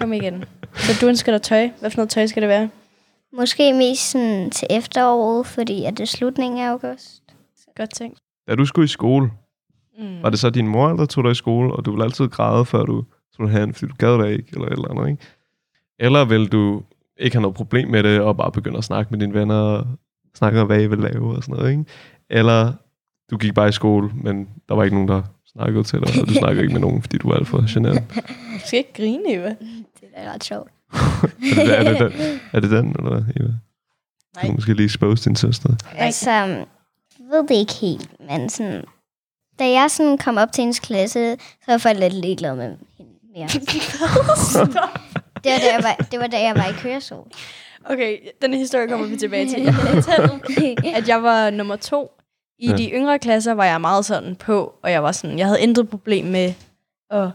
[SPEAKER 3] Kom igen. Så du ønsker dig tøj. Hvad for noget tøj skal det være?
[SPEAKER 5] Måske mest sådan til efteråret, fordi at det er slutningen af august.
[SPEAKER 3] Godt ting.
[SPEAKER 4] Da du skulle i skole,
[SPEAKER 3] Mm.
[SPEAKER 4] Var det så din mor, der tog dig i skole, og du ville altid græde, før du skulle have en, fordi du gad dig ikke, eller et eller andet, ikke? Eller vil du ikke have noget problem med det, og bare begynde at snakke med dine venner, og snakke om, hvad I vil lave, og sådan noget, ikke? Eller du gik bare i skole, men der var ikke nogen, der snakkede til dig, og du snakkede ikke med nogen, fordi du var alt for generet.
[SPEAKER 3] Du skal ikke grine, Eva.
[SPEAKER 5] Det er da ret sjovt.
[SPEAKER 4] er, det, er, det den, er det den, eller hvad, Eva? Du
[SPEAKER 3] Nej.
[SPEAKER 4] kan måske lige expose din søster.
[SPEAKER 5] Altså, jeg ved det ikke helt, men sådan, da jeg sådan kom op til hendes klasse, så var folk lidt ligeglade med hende mere. Det var da jeg var, det var, da jeg var i køresol.
[SPEAKER 3] Okay, den historie kommer vi tilbage til. Jeg kan fortælle, at jeg var nummer to. I
[SPEAKER 4] Ja.
[SPEAKER 3] ja. de yngre klasser var jeg meget sådan på, og jeg var sådan, jeg havde intet problem med at,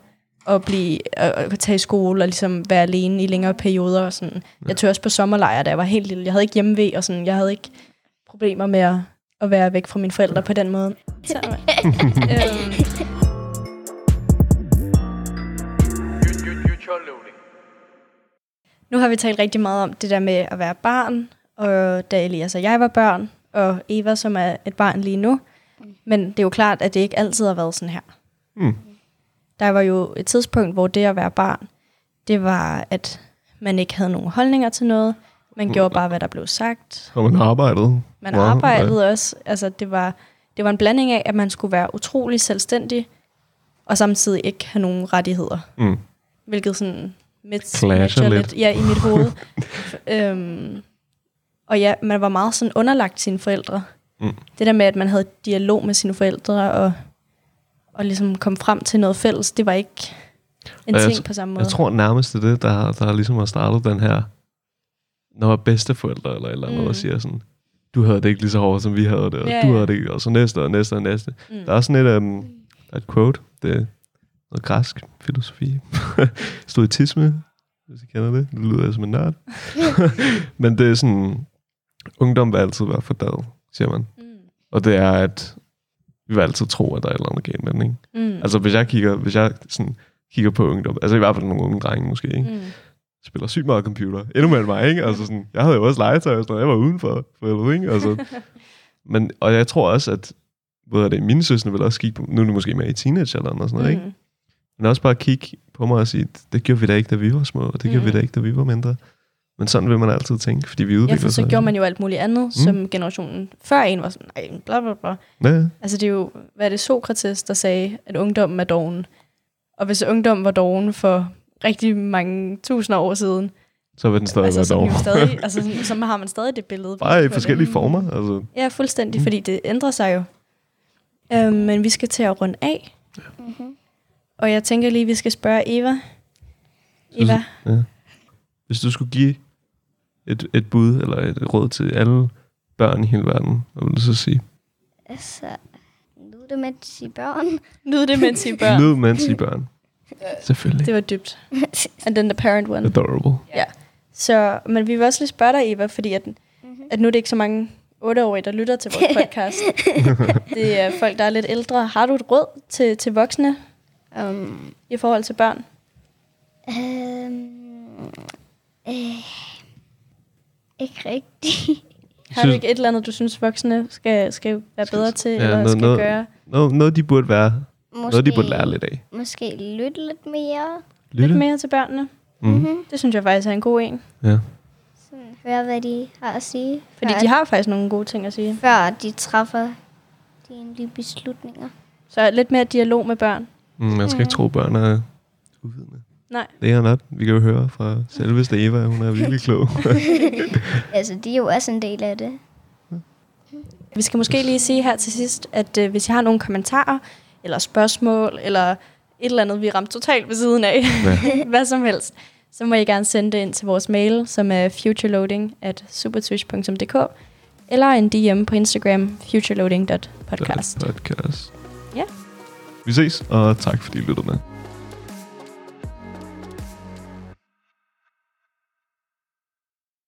[SPEAKER 3] at blive at, at tage i skole og ligesom være alene i længere perioder. Og sådan. Jeg tog også på sommerlejr, da jeg var helt lille. Jeg havde ikke hjemmeved, og sådan, jeg havde ikke problemer med at, at være væk fra mine forældre på den måde. Så, øhm, Nu har vi talt rigtig meget om det der med at være barn, og da Elias og jeg var børn, og Eva, som er et barn lige nu. Men det er jo klart, at det ikke altid har været sådan her.
[SPEAKER 4] Mm.
[SPEAKER 3] Der var jo et tidspunkt, hvor det at være barn, det var, at man ikke havde nogen holdninger til noget. Man gjorde bare, hvad der blev sagt.
[SPEAKER 4] Og man arbejdede.
[SPEAKER 3] Man
[SPEAKER 4] Wow, ja.
[SPEAKER 3] arbejdede også. Altså, det var, det var en blanding af, at man skulle være utrolig selvstændig, og samtidig ikke have nogen rettigheder
[SPEAKER 4] Mm.
[SPEAKER 3] hvilket sådan midt
[SPEAKER 4] Clasher lidt.
[SPEAKER 3] ja, i mit hoved. øhm, og ja, man var meget sådan underlagt sine forældre.
[SPEAKER 4] Mm.
[SPEAKER 3] Det der med, at man havde dialog med sine forældre, og, og ligesom kom frem til noget fælles, det var ikke en
[SPEAKER 4] Og jeg
[SPEAKER 3] ting
[SPEAKER 4] tr-
[SPEAKER 3] på samme måde.
[SPEAKER 4] Jeg tror nærmest, det er det, der, der ligesom har startet den her, når bedsteforældre eller et eller andet, mm.
[SPEAKER 3] Mm.
[SPEAKER 4] og siger sådan, du havde det ikke lige så hårdt, som vi havde det, og
[SPEAKER 3] Ja,
[SPEAKER 4] ja, du
[SPEAKER 3] ja.
[SPEAKER 4] havde det ikke, og så næste og næste og næste. Mm. Der er sådan et, um, der er et quote, det er noget græsk filosofi, stoitisme, hvis I kender det, det lyder jeg som en nørd. Men det er sådan, ungdom vil altid være fordaget, siger man. Mm. Og det er, at vi vil altid tro, at der er et eller andet galt med den, ikke?
[SPEAKER 3] Mm.
[SPEAKER 4] Altså, hvis jeg kigger, hvis jeg sådan, kigger på ungdom, altså i hvert fald nogle unge drenge måske, ikke? Mm.
[SPEAKER 3] Mm.
[SPEAKER 4] spiller sygt meget computer. Endnu mere end mig, ikke? Altså, sådan, jeg havde jo også legetøj, og sådan, noget. jeg var udenfor, for helvede, ikke? Altså, men, og jeg tror også, at ved jeg det, mine søsne vil også kigge på, nu er det måske mere i teenagealderen og sådan noget, mm. ikke?
[SPEAKER 3] Mm.
[SPEAKER 4] Men også bare kigge på mig og sige, det gjorde vi da ikke, da vi var små, og det gjorde mm. vi da ikke, da vi var mindre. Men sådan vil man altid tænke, fordi vi
[SPEAKER 3] Ja,
[SPEAKER 4] udvikler
[SPEAKER 3] for så
[SPEAKER 4] sig.
[SPEAKER 3] gjorde man jo alt muligt andet, mm. som generationen før en var sådan, nej, bla bla bla.
[SPEAKER 4] Ja,
[SPEAKER 3] Altså det er jo, hvad er det Sokrates, der sagde, at ungdommen er doven. Og hvis ungdommen var doven for rigtig mange tusinder år siden.
[SPEAKER 4] Så vil den stadig
[SPEAKER 3] altså,
[SPEAKER 4] være
[SPEAKER 3] som jo
[SPEAKER 4] dog.
[SPEAKER 3] stadig, altså, sådan, så har man stadig det billede.
[SPEAKER 4] Bare i
[SPEAKER 3] på
[SPEAKER 4] forskellige
[SPEAKER 3] det.
[SPEAKER 4] former. Altså,
[SPEAKER 3] Ja, fuldstændig, fordi det ændrer sig jo. Øhm, men vi skal til at runde af.
[SPEAKER 5] Mm-hmm.
[SPEAKER 3] Og jeg tænker lige, vi skal spørge Eva. Eva,
[SPEAKER 4] hvis du skulle give et, et bud eller et råd til alle børn i hele verden, hvad vil du så sige?
[SPEAKER 5] Altså, nu er det med at sige børn.
[SPEAKER 3] nyd det, mens I er børn.
[SPEAKER 4] Nyd mens I er børn. Selvfølgelig.
[SPEAKER 3] Det var dybt. And then the parent one.
[SPEAKER 4] Adorable.
[SPEAKER 3] Så, men vi vil også lige spørge dig, Eva, fordi at, mm-hmm. at nu er det ikke så mange otteårige, der lytter til vores podcast. det er folk, der er lidt ældre. Har du et råd til, til voksne
[SPEAKER 5] um,
[SPEAKER 3] i forhold til børn?
[SPEAKER 5] øhm, øh, ikke rigtigt.
[SPEAKER 3] Har du
[SPEAKER 4] Synes-
[SPEAKER 3] ikke et eller andet, du synes, voksne skal, skal være bedre til,
[SPEAKER 4] Ja,
[SPEAKER 3] ja, eller
[SPEAKER 4] noget-
[SPEAKER 3] skal
[SPEAKER 4] noget-
[SPEAKER 3] gøre?
[SPEAKER 4] Noget, noget, de burde være.
[SPEAKER 5] Måske,
[SPEAKER 4] Noget, de burde lære lidt af.
[SPEAKER 5] Måske lytte lidt mere.
[SPEAKER 3] Lidt
[SPEAKER 4] Lytte. Mm.
[SPEAKER 3] mere til børnene.
[SPEAKER 5] Mm-hmm.
[SPEAKER 3] Det synes jeg faktisk er en god en.
[SPEAKER 4] Ja.
[SPEAKER 5] Sådan, høre, hvad de har at sige.
[SPEAKER 3] Fordi
[SPEAKER 5] før,
[SPEAKER 3] de har faktisk nogle gode ting at sige.
[SPEAKER 5] Før de træffer de endelige beslutninger.
[SPEAKER 3] Så lidt mere dialog med børn.
[SPEAKER 4] Mm, man skal ikke tro, børn er uvidende.
[SPEAKER 3] Nej.
[SPEAKER 4] Det er not. Vi kan jo høre fra selveste Eva, hun er virkelig klog.
[SPEAKER 5] Altså, de er jo også en del af det.
[SPEAKER 3] Vi skal måske lige sige her til sidst, at øh, hvis I har nogle kommentarer, eller spørgsmål, eller et eller andet, vi ramte totalt ved siden af,
[SPEAKER 4] Ja.
[SPEAKER 3] hvad som helst, så må I gerne sende det ind til vores mail, som er futureloading at supertush.dk, eller en DM på Instagram, futureloading.podcast.
[SPEAKER 4] podcast.
[SPEAKER 3] Ja.
[SPEAKER 4] Vi ses, og tak fordi I lyttede med.